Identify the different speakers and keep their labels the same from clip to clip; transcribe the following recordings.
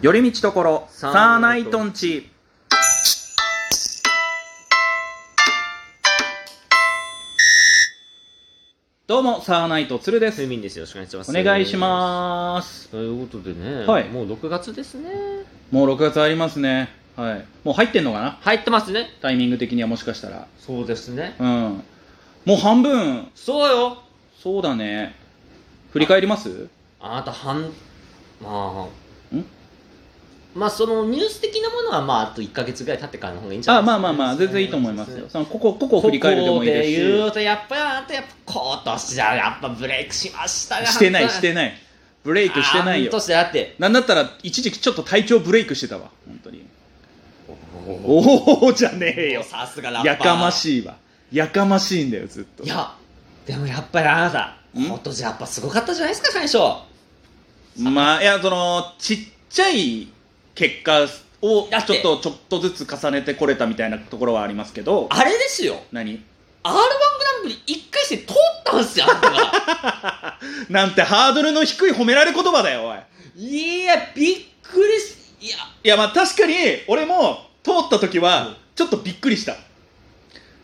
Speaker 1: 寄り道ところサーナイトンチどうもサーナイトつるです
Speaker 2: 睡眠ですよろしくお願いします
Speaker 1: お願いします
Speaker 2: すということでね、
Speaker 1: はい
Speaker 2: もう6月ですね
Speaker 1: もう6月ありますねはいもう入ってんのかな
Speaker 2: 入ってますね
Speaker 1: タイミング的にはもしかしたら
Speaker 2: そうですね
Speaker 1: うんもう半分
Speaker 2: そうよ
Speaker 1: そうだね振り返ります
Speaker 2: あなた半まあ
Speaker 1: ん
Speaker 2: まあそのニュース的なものはまああと1か月ぐらい経ってからの方がいいんじゃな
Speaker 1: あ
Speaker 2: いですか
Speaker 1: まあまあまあ全然いいと思いますよそのこここ
Speaker 2: こ
Speaker 1: こ振り返るでもいいですし
Speaker 2: こで言うとやっぱりあなたやっぱ今年はやっぱブレイクしましたが
Speaker 1: してないしてないブレイクしてないよ
Speaker 2: 半年だって
Speaker 1: なんだったら一時期ちょっと体調ブレイクしてたわ本当に
Speaker 2: お
Speaker 1: おおじゃねえよ
Speaker 2: さすがラッパー
Speaker 1: やかましいわやかましいんだよずっと
Speaker 2: いやでもやっぱりあなた
Speaker 1: ん
Speaker 2: 今年やっぱすごかったじゃないですか最初
Speaker 1: まあいやそのちっちゃい結果を
Speaker 2: だっ
Speaker 1: ちょ
Speaker 2: て
Speaker 1: っとちょっとずつ重ねてこれたみたいなところはありますけど
Speaker 2: あれですよ
Speaker 1: 何
Speaker 2: R1 グランプリ1回戦通ったんすよあなたが
Speaker 1: なんてハードルの低い褒められ言葉だよおい
Speaker 2: いやびっくりしいや
Speaker 1: いやまあ確かに俺も通った時
Speaker 2: う
Speaker 1: は
Speaker 2: ん
Speaker 1: ちょっとびっくりした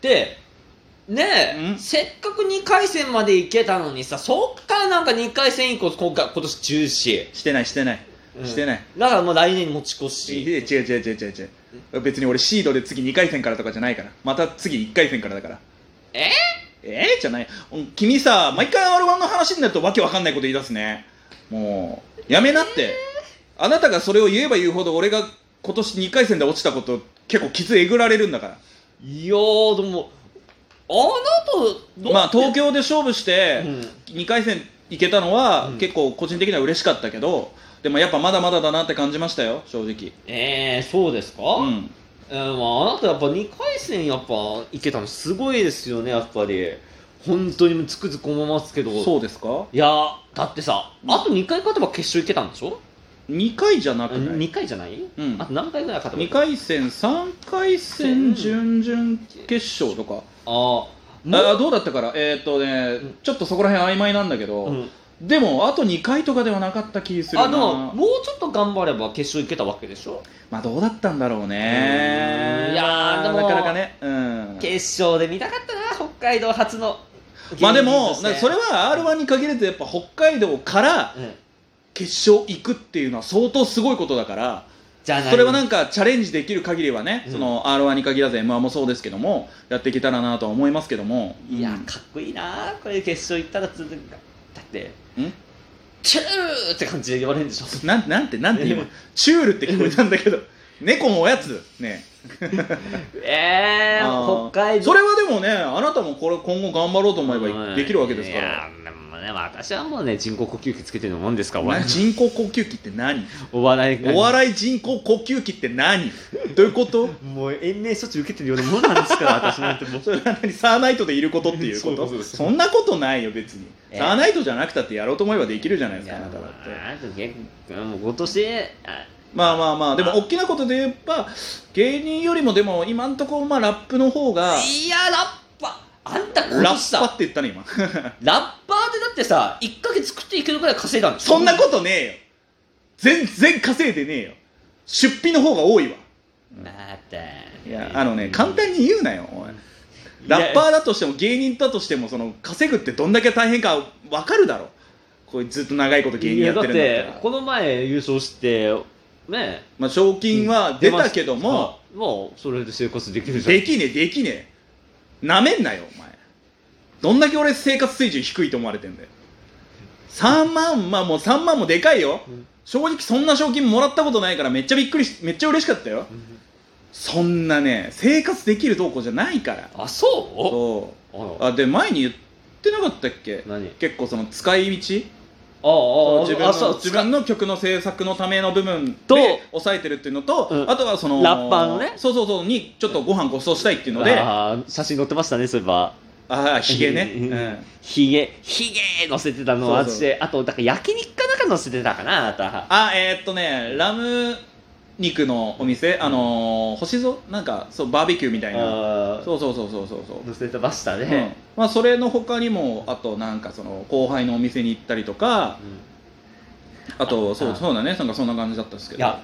Speaker 2: でね
Speaker 1: う
Speaker 2: え
Speaker 1: ん
Speaker 2: せっかく2回戦まで行けたのにさそっからなんか2回戦以降今回今年中止、
Speaker 1: してないしてないしてない、
Speaker 2: だからもう来年に持ち越
Speaker 1: い
Speaker 2: し
Speaker 1: や違う違う違う違う違う別に俺シードで次2回戦からとかじゃないからまた次1回戦からだから
Speaker 2: え
Speaker 1: えー、じゃないうん君さ毎回 r 1の話になるとわけわかんないこと言い出すねもうやめなって、あなたがそれを言えば言うほど俺が今年2回戦で落ちたこと結構傷えぐられるんだから
Speaker 2: いやーでもあなたどう
Speaker 1: まあ東京で勝負して、
Speaker 2: うん
Speaker 1: 2回戦行けたのは、
Speaker 2: うん
Speaker 1: 結構個人的には嬉しかったけどでもやっぱまだまだだなって感じましたよ正直
Speaker 2: えー、そうですか、
Speaker 1: うん
Speaker 2: えーまあ、あなたやっぱ2回戦やっぱいけたのすごいですよねやっぱり本当につくづく思いますけど
Speaker 1: そうですか
Speaker 2: いやーだってさ
Speaker 1: うん
Speaker 2: あと2回勝てば決勝いけたんでしょ、
Speaker 1: 2回じゃな
Speaker 2: あ
Speaker 1: くない
Speaker 2: 2回じゃない、
Speaker 1: うん
Speaker 2: あと何回ぐらい勝てば
Speaker 1: 2回戦3回戦準々決勝とか
Speaker 2: あーもう
Speaker 1: あどうだったからえーっと
Speaker 2: うん
Speaker 1: ねちょっとそこら辺曖昧なんだけど、
Speaker 2: うん
Speaker 1: でもあと2回とかではなかった気するな
Speaker 2: あでももうちょっと頑張れば決勝いけたわけでしょ
Speaker 1: まあどうだったんだろうね
Speaker 2: うんいやーでも
Speaker 1: なかなかねうん
Speaker 2: 決勝で見たかったな北海道初の
Speaker 1: まあでも
Speaker 2: 芸人として
Speaker 1: それは r 1に限らずやっぱ北海道から
Speaker 2: うん
Speaker 1: 決勝行くっていうのは相当すごいことだから
Speaker 2: じゃない
Speaker 1: それはなんかチャレンジできる限りはね、
Speaker 2: うん
Speaker 1: その r 1に限らず m 1もそうですけどもやっていけたらなとは思いますけども
Speaker 2: いや
Speaker 1: うん
Speaker 2: かっこいいなこれ決勝行ったら続くかだって
Speaker 1: ん
Speaker 2: チューって感じで言われるんでしょ
Speaker 1: なんなんてなんて今
Speaker 2: え
Speaker 1: チュールって聞こえたんだけど 猫もおやつね
Speaker 2: ええ
Speaker 1: あー
Speaker 2: ー、北海道
Speaker 1: それはでもねあなたもこれ今後頑張ろうと思え
Speaker 2: う
Speaker 1: ば
Speaker 2: ん
Speaker 1: できるわけですか
Speaker 2: いや
Speaker 1: ら
Speaker 2: ーでもね私はもうね人工呼吸器つけてるもんですからお
Speaker 1: な
Speaker 2: 笑
Speaker 1: 人工呼吸器って何
Speaker 2: いお笑いが
Speaker 1: お笑い人工呼吸器って何どういう こと
Speaker 2: もう延命措置受けてるようなもんなんですから私なんてもう
Speaker 1: それは何サーナイトでいることっていうこ
Speaker 2: そう
Speaker 1: と
Speaker 2: そうそう
Speaker 1: そんなことないよ別に、
Speaker 2: ええ
Speaker 1: サーナイトじゃなくたってやろうと思えばできるじゃないですかあ
Speaker 2: いや
Speaker 1: なただって
Speaker 2: まあでも結構もう今年あ
Speaker 1: まあまあまあでも大きなことで言えば芸人よりもでも今んとこまあラップの方が
Speaker 2: いやラッパあんた今
Speaker 1: ラ
Speaker 2: 年
Speaker 1: ッパっ
Speaker 2: さ
Speaker 1: て言ったね今
Speaker 2: ラッパーでだってさ1ヶ月食っていけるくらい稼いだんでしょ
Speaker 1: そんなことねえよ全然稼いでねえよ出費の方が多いわ
Speaker 2: また
Speaker 1: いやあのね簡単に言うなよおいラッパーだとしても芸人だとしてもその稼ぐってどんだけ大変か分かるだろこれずっと長いこと芸人やってるんだ
Speaker 2: いや
Speaker 1: った
Speaker 2: だって
Speaker 1: ら
Speaker 2: この前優勝してね
Speaker 1: まあ、賞金は出たけども、
Speaker 2: うもうそれで生活できるじゃん
Speaker 1: できねえできねえなめんなよお前どんだけ俺生活水準低いと思われてんだよ3万まあもう3万もでかいよ
Speaker 2: うん
Speaker 1: 正直そんな賞金もらったことないからめっちゃびっくりしめっちゃ嬉しかったよそんなね生活できるどうこうじゃないから
Speaker 2: あそ
Speaker 1: そうう
Speaker 2: あ
Speaker 1: あで前に言ってなかったっけ
Speaker 2: 何あ
Speaker 1: 結構その使い道
Speaker 2: あああ
Speaker 1: 自分
Speaker 2: あそ
Speaker 1: の
Speaker 2: う
Speaker 1: 自分の曲の制作のための部分
Speaker 2: と
Speaker 1: で抑えてるっていうのと、
Speaker 2: うん
Speaker 1: あとはその
Speaker 2: ラッパーのね
Speaker 1: そうそうそうにちょっとご飯ご馳走したいっていうのであ
Speaker 2: あー写真載ってましたねそういえば
Speaker 1: あひげね、
Speaker 2: うん
Speaker 1: うん
Speaker 2: ひげひげ載せてたの
Speaker 1: そう
Speaker 2: は
Speaker 1: そう
Speaker 2: 私あとだから焼肉かなんか載せてたかなあなた
Speaker 1: あえーっとねラム肉のお店あのー星ぞなんかそうバーベキューみたいな
Speaker 2: あ
Speaker 1: そうそうそうそうそうそう
Speaker 2: 載せてました
Speaker 1: うん
Speaker 2: ね、
Speaker 1: まあ、それの他にもあとなんかその後輩のお店に行ったりとか
Speaker 2: うん
Speaker 1: あとそう
Speaker 2: あ
Speaker 1: そうだねなんかそんな感じだったんですけ
Speaker 2: い
Speaker 1: ど
Speaker 2: や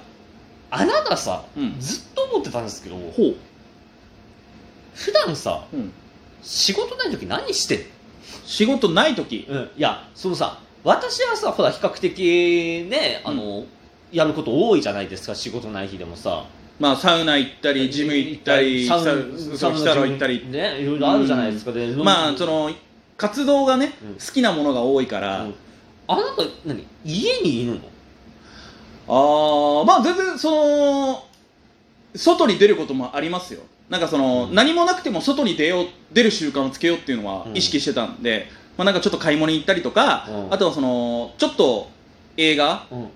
Speaker 2: あなたさ、
Speaker 1: うん
Speaker 2: ずっと思ってたんですけど
Speaker 1: ほう、
Speaker 2: 普段さ
Speaker 1: うん、
Speaker 2: 仕事ない時何してん
Speaker 1: 仕事ない時
Speaker 2: の、うん、いやそのさ私はさほら比較的ねあの、やること多いじゃないですか仕事ない日でもさ
Speaker 1: まあサウナ行ったりジム行ったり
Speaker 2: サウ
Speaker 1: 久
Speaker 2: サウナ
Speaker 1: 々北郎行ったり
Speaker 2: ねいろいろあるじゃないですか、で
Speaker 1: まあその活動がね、
Speaker 2: うん
Speaker 1: 好きなものが多いから、
Speaker 2: うんあなた何家にいるの
Speaker 1: ああまあ全然その外に出ることもありますよなんかその、
Speaker 2: うん
Speaker 1: 何もなくても外に出よう出る習慣をつけようっていうのは
Speaker 2: うん
Speaker 1: 意識してたんで、まあ、なんかちょっと買い物に行ったりとか、
Speaker 2: うん
Speaker 1: あとはそのちょっと映画
Speaker 2: うん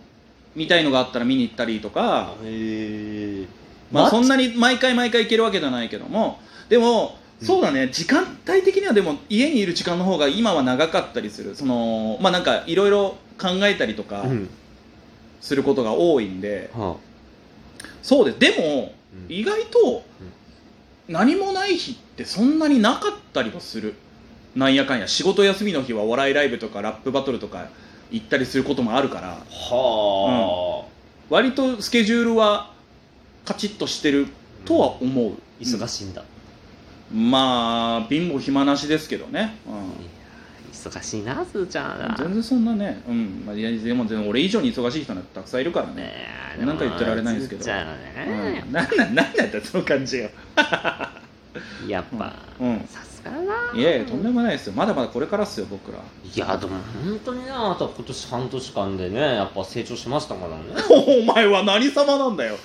Speaker 1: 見たいのがあったら見に行ったりとか、
Speaker 2: へえ
Speaker 1: まあ、そん
Speaker 2: な
Speaker 1: なに毎回毎回行けるわけじゃないけどもでも
Speaker 2: うん
Speaker 1: そうだね、時間帯的にはでも家にいる時間の方が今は長かったりするそのまあなんかいろいろ考えたりとか
Speaker 2: うん
Speaker 1: することが多いんで、
Speaker 2: は
Speaker 1: そうですでも
Speaker 2: あうん
Speaker 1: 意外と何もない日ってそんなになかったりもするなんやかんや仕事休みの日はお笑いライブとかラップバトルとか行ったりすることもあるから
Speaker 2: はあ、
Speaker 1: 割とスケジュールはカチッとしてるとは思う、
Speaker 2: 忙しいんだ、
Speaker 1: うんまあ貧乏暇なしですけどね、う
Speaker 2: いやー忙しいなすーちゃん
Speaker 1: ん、全然そんなね、うんまあ、いやでも全然俺以上に忙しい人なんてたくさんいるからね
Speaker 2: ねえ
Speaker 1: なんか言ってられないですけど
Speaker 2: すーちゃんはね
Speaker 1: うん、なんなんなんだったその感じよ
Speaker 2: やっぱ
Speaker 1: うん
Speaker 2: さすがだない
Speaker 1: やいやとんでもないですよまだまだこれからっすよ僕ら
Speaker 2: いやでも本当にねあなた今年半年間でねやっぱ成長しましたからね
Speaker 1: お前は何様なんだよ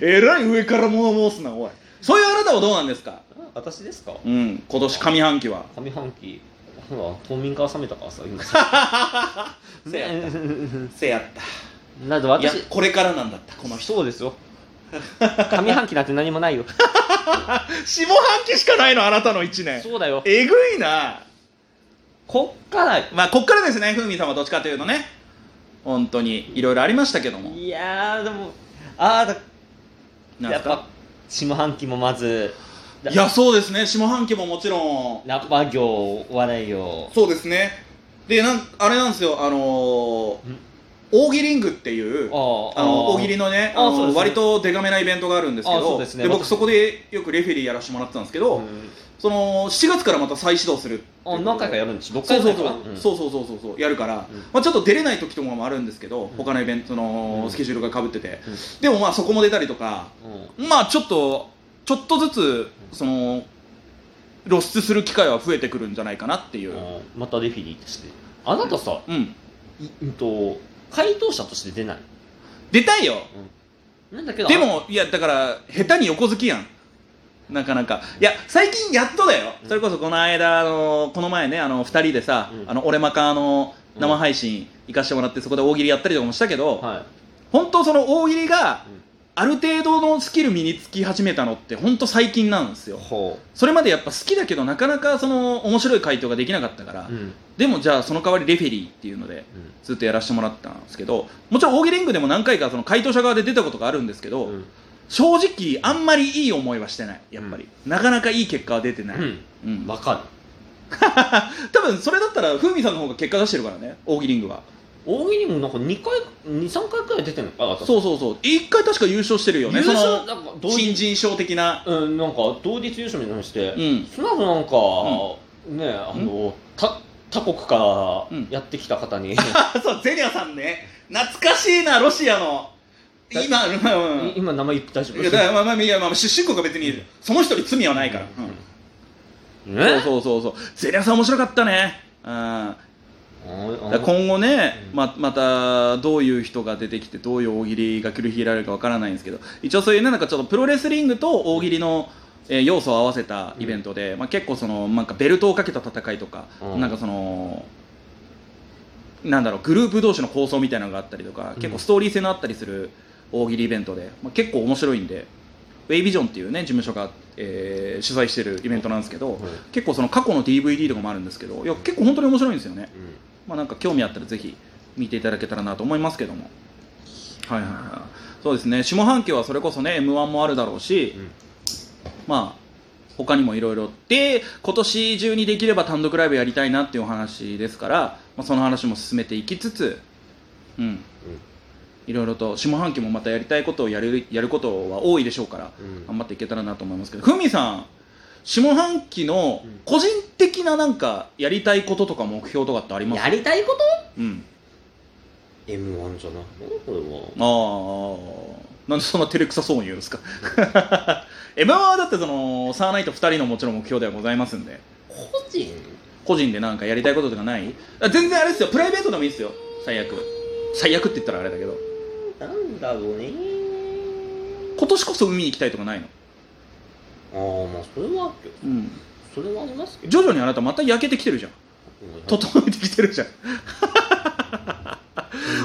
Speaker 1: えらい上から物申すなおいそういうあなたはどうなんですか
Speaker 2: 私ですか
Speaker 1: うん今年上半期は
Speaker 2: 上半期ほら冬眠から覚めたからさ 今さ
Speaker 1: せやった
Speaker 2: ね
Speaker 1: せやった
Speaker 2: なんで
Speaker 1: いや
Speaker 2: 私
Speaker 1: これからなんだったこの人
Speaker 2: そうですよ上半期なんて何もないよ
Speaker 1: 下半期しかないのあなたの1年
Speaker 2: そうだよ
Speaker 1: えぐいな
Speaker 2: こっから
Speaker 1: まあこっからですね風味様どっちかというとね本当にいろいろありましたけども
Speaker 2: いやーでもああだ
Speaker 1: なん
Speaker 2: や
Speaker 1: で
Speaker 2: っ
Speaker 1: すか
Speaker 2: ぱ下半期もまずだ
Speaker 1: いやそうですね下半期ももちろん
Speaker 2: ラッパー業お笑い業
Speaker 1: そうですねでなんあれなんですよあのー
Speaker 2: ん
Speaker 1: 大喜リングっていう
Speaker 2: あ
Speaker 1: あの大喜利のね
Speaker 2: あ
Speaker 1: あ
Speaker 2: そうで
Speaker 1: の
Speaker 2: すね
Speaker 1: 割とデカめなイベントがあるんですけ
Speaker 2: あそ
Speaker 1: ど
Speaker 2: うですね
Speaker 1: 僕
Speaker 2: 僕
Speaker 1: そこでよくレフェリーやらせてもらってたんですけど、
Speaker 2: うん
Speaker 1: その7月からまた再始動する
Speaker 2: あ何回かやるんでしょ6
Speaker 1: そう
Speaker 2: 回
Speaker 1: そ
Speaker 2: ぐ
Speaker 1: う
Speaker 2: らいか
Speaker 1: そう
Speaker 2: な、
Speaker 1: そうそうそうそうそうやるから、
Speaker 2: うん
Speaker 1: まあ、ちょっと出れない時とかもあるんですけど、
Speaker 2: ん
Speaker 1: 他のイベントの
Speaker 2: うん
Speaker 1: スケジュールがかぶってて、
Speaker 2: うん
Speaker 1: でもまあそこも出たりとか
Speaker 2: うんうん
Speaker 1: まあちょっとちょっとずつその露出する機会は増えてくるんじゃないかなっていう、
Speaker 2: あーまたレフィリーとしてあなたさ、
Speaker 1: うん、
Speaker 2: いうんと回答者として出ない
Speaker 1: 出たいよ
Speaker 2: なんだけど
Speaker 1: でもいやだから下手に横好きやんなかなかいや最近やっとだよ、
Speaker 2: うん
Speaker 1: それこそこの間あのこの前ねあの2人でさ、
Speaker 2: うん
Speaker 1: あの俺マカの
Speaker 2: うん
Speaker 1: 生配信行かしてもらってそこで大喜利やったりとかもしたけど、
Speaker 2: は
Speaker 1: 本当その大喜利が
Speaker 2: うん
Speaker 1: ある程度のスキル身につき始めたのって本当最近なんです
Speaker 2: い
Speaker 1: よ
Speaker 2: ほ
Speaker 1: それまでやっぱ好きだけどなかなかその面白い回答ができなかったから、
Speaker 2: う、うん
Speaker 1: でもじゃあその代わりレフェリーっていうのでずっとやらせてもらったんですけどもちろん大喜利リングでも何回かその回答者側で出たことがあるんですけど、
Speaker 2: うん
Speaker 1: 正直あんまりいい思いはしてないやっぱり、なかなかいい結果は出てない、
Speaker 2: うん
Speaker 1: うん
Speaker 2: わかる
Speaker 1: 多分それだったら風味さんの方が結果出してるからね大喜利リングは
Speaker 2: 大喜利もなんか2回23回くらい出てんのかなあなた
Speaker 1: そうそうそう一回確か優勝してるよね
Speaker 2: 優
Speaker 1: そ
Speaker 2: 勝
Speaker 1: の
Speaker 2: なんか同
Speaker 1: 新
Speaker 2: 日
Speaker 1: 人賞的な
Speaker 2: うんなんか同日優勝みたいなのして、
Speaker 1: うん
Speaker 2: その後なんか、ねあの他他国か
Speaker 1: うん
Speaker 2: らやってきた方に、
Speaker 1: あそうゼリアさんね懐かしいなロシアの
Speaker 2: だ
Speaker 1: 今うんうん
Speaker 2: 今名前言って大丈夫
Speaker 1: いやだからまあまあいやまあ出身国は別にいいその人に罪はないから、うん
Speaker 2: うんね
Speaker 1: そうそうそうそうゼリアさん面白かったねうん
Speaker 2: あ
Speaker 1: だから今後ね、
Speaker 2: うん
Speaker 1: ままたどういう人が出てきてどういう大喜利が繰り広げられるかわからないんですけど一応そういうねなんかちょっとプロレスリングと大喜利の、えー要素を合わせたイベントで、まあ、結構そのなんかベルトをかけた戦いとか、
Speaker 2: うん
Speaker 1: なんかそのなんだろうグループ同士の構想みたいなのがあったりとか
Speaker 2: うん
Speaker 1: 結構ストーリー性のあったりする大喜利イベントで、まあ、結構面白いんでウェイビジョンっていうね事務所が、えー主催してるイベントなんですけど、
Speaker 2: うんうん
Speaker 1: 結構その過去の DVD とかもあるんですけどいや結構本当に面白いんですよね。まあ、なんか興味あったらぜひ見ていただけたらなと思いますけども、はいはいはい、そうですね下半期はそれこそね m 1もあるだろうし、
Speaker 2: うん
Speaker 1: まあ他にもいろいろで今年中にできれば単独ライブやりたいなっていうお話ですから、まあ、その話も進めていきつつうんいろいろと下半期もまたやりたいことをやるやることは多いでしょうから
Speaker 2: うん
Speaker 1: 頑張っていけたらなと思いますけどふみさん下半期の個人的ななんかやりたいこととか目標とかってあります
Speaker 2: やりたいこと
Speaker 1: うん、
Speaker 2: M1 じゃなくてこれも
Speaker 1: ああなんでそんな照れくさそうに言うんですか m 1はだってそのサーナイト2人のもちろん目標ではございますんで
Speaker 2: 個人
Speaker 1: 個人でなんかやりたいこととかないあ全然あれですよプライベートでもいいですよ最悪最悪って言ったらあれだけど
Speaker 2: なんだろうね
Speaker 1: 今年こそ海に行きたいとかないの
Speaker 2: ああまあそれはあるけど
Speaker 1: うん
Speaker 2: それはありますけど
Speaker 1: 徐々にあなたまた焼けてきてるじゃん整えてきてるじゃん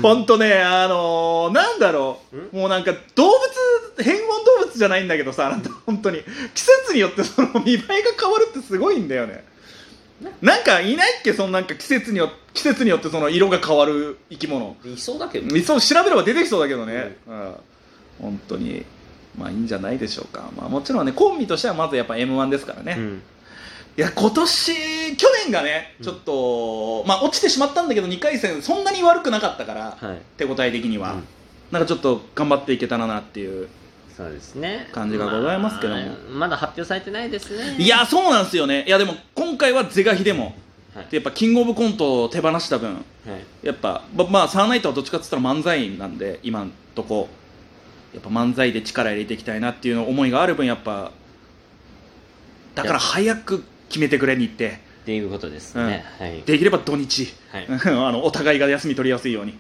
Speaker 1: ほんとねあのーなんだろうもうなんか動物変温動物じゃないんだけどさあなた本当に季節によってその見栄えが変わるってすごいんだよねなんかいないっけそのなんか季節によ季節によってその色が変わる生き物
Speaker 2: いそうだけど
Speaker 1: そう調べれば出てきそうだけどね、うん、本当にまあいいんじゃないでしょうか、まあ、もちろんねコンビとしてはまずやっぱ m 1ですからね、
Speaker 2: うん
Speaker 1: いや今年去年がねちょっと、まあ落ちてしまったんだけど2回戦そんなに悪くなかったから
Speaker 2: はい
Speaker 1: 手応え的には、
Speaker 2: うん
Speaker 1: なんかちょっと頑張っていけたらなっていう
Speaker 2: そうですね
Speaker 1: 感じがございますけども
Speaker 2: まあまだ発表されてないですね
Speaker 1: いやそうなんですよねいやでも今回は是が非でも
Speaker 2: はい
Speaker 1: でやっぱキングオブコントを手放した分
Speaker 2: はい
Speaker 1: やっぱままあサーナイトはどっちかっつったら漫才なんで今んとこやっぱ漫才で力入れていきたいなっていうの思いがある分やっぱだから早く決めてくれに行って
Speaker 2: っていうことですね、はい
Speaker 1: できれば土日
Speaker 2: はい
Speaker 1: あのお互いが休み取りやすいように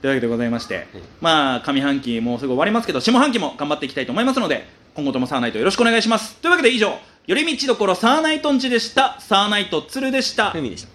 Speaker 1: というわけでございまして、まあ上半期もうすぐ終わりますけど下半期も頑張っていきたいと思いますので今後ともサーナイトよろしくお願いしますというわけで以上寄り道どころサーナイトンチでしたサーナイト鶴でした、
Speaker 2: ふみでした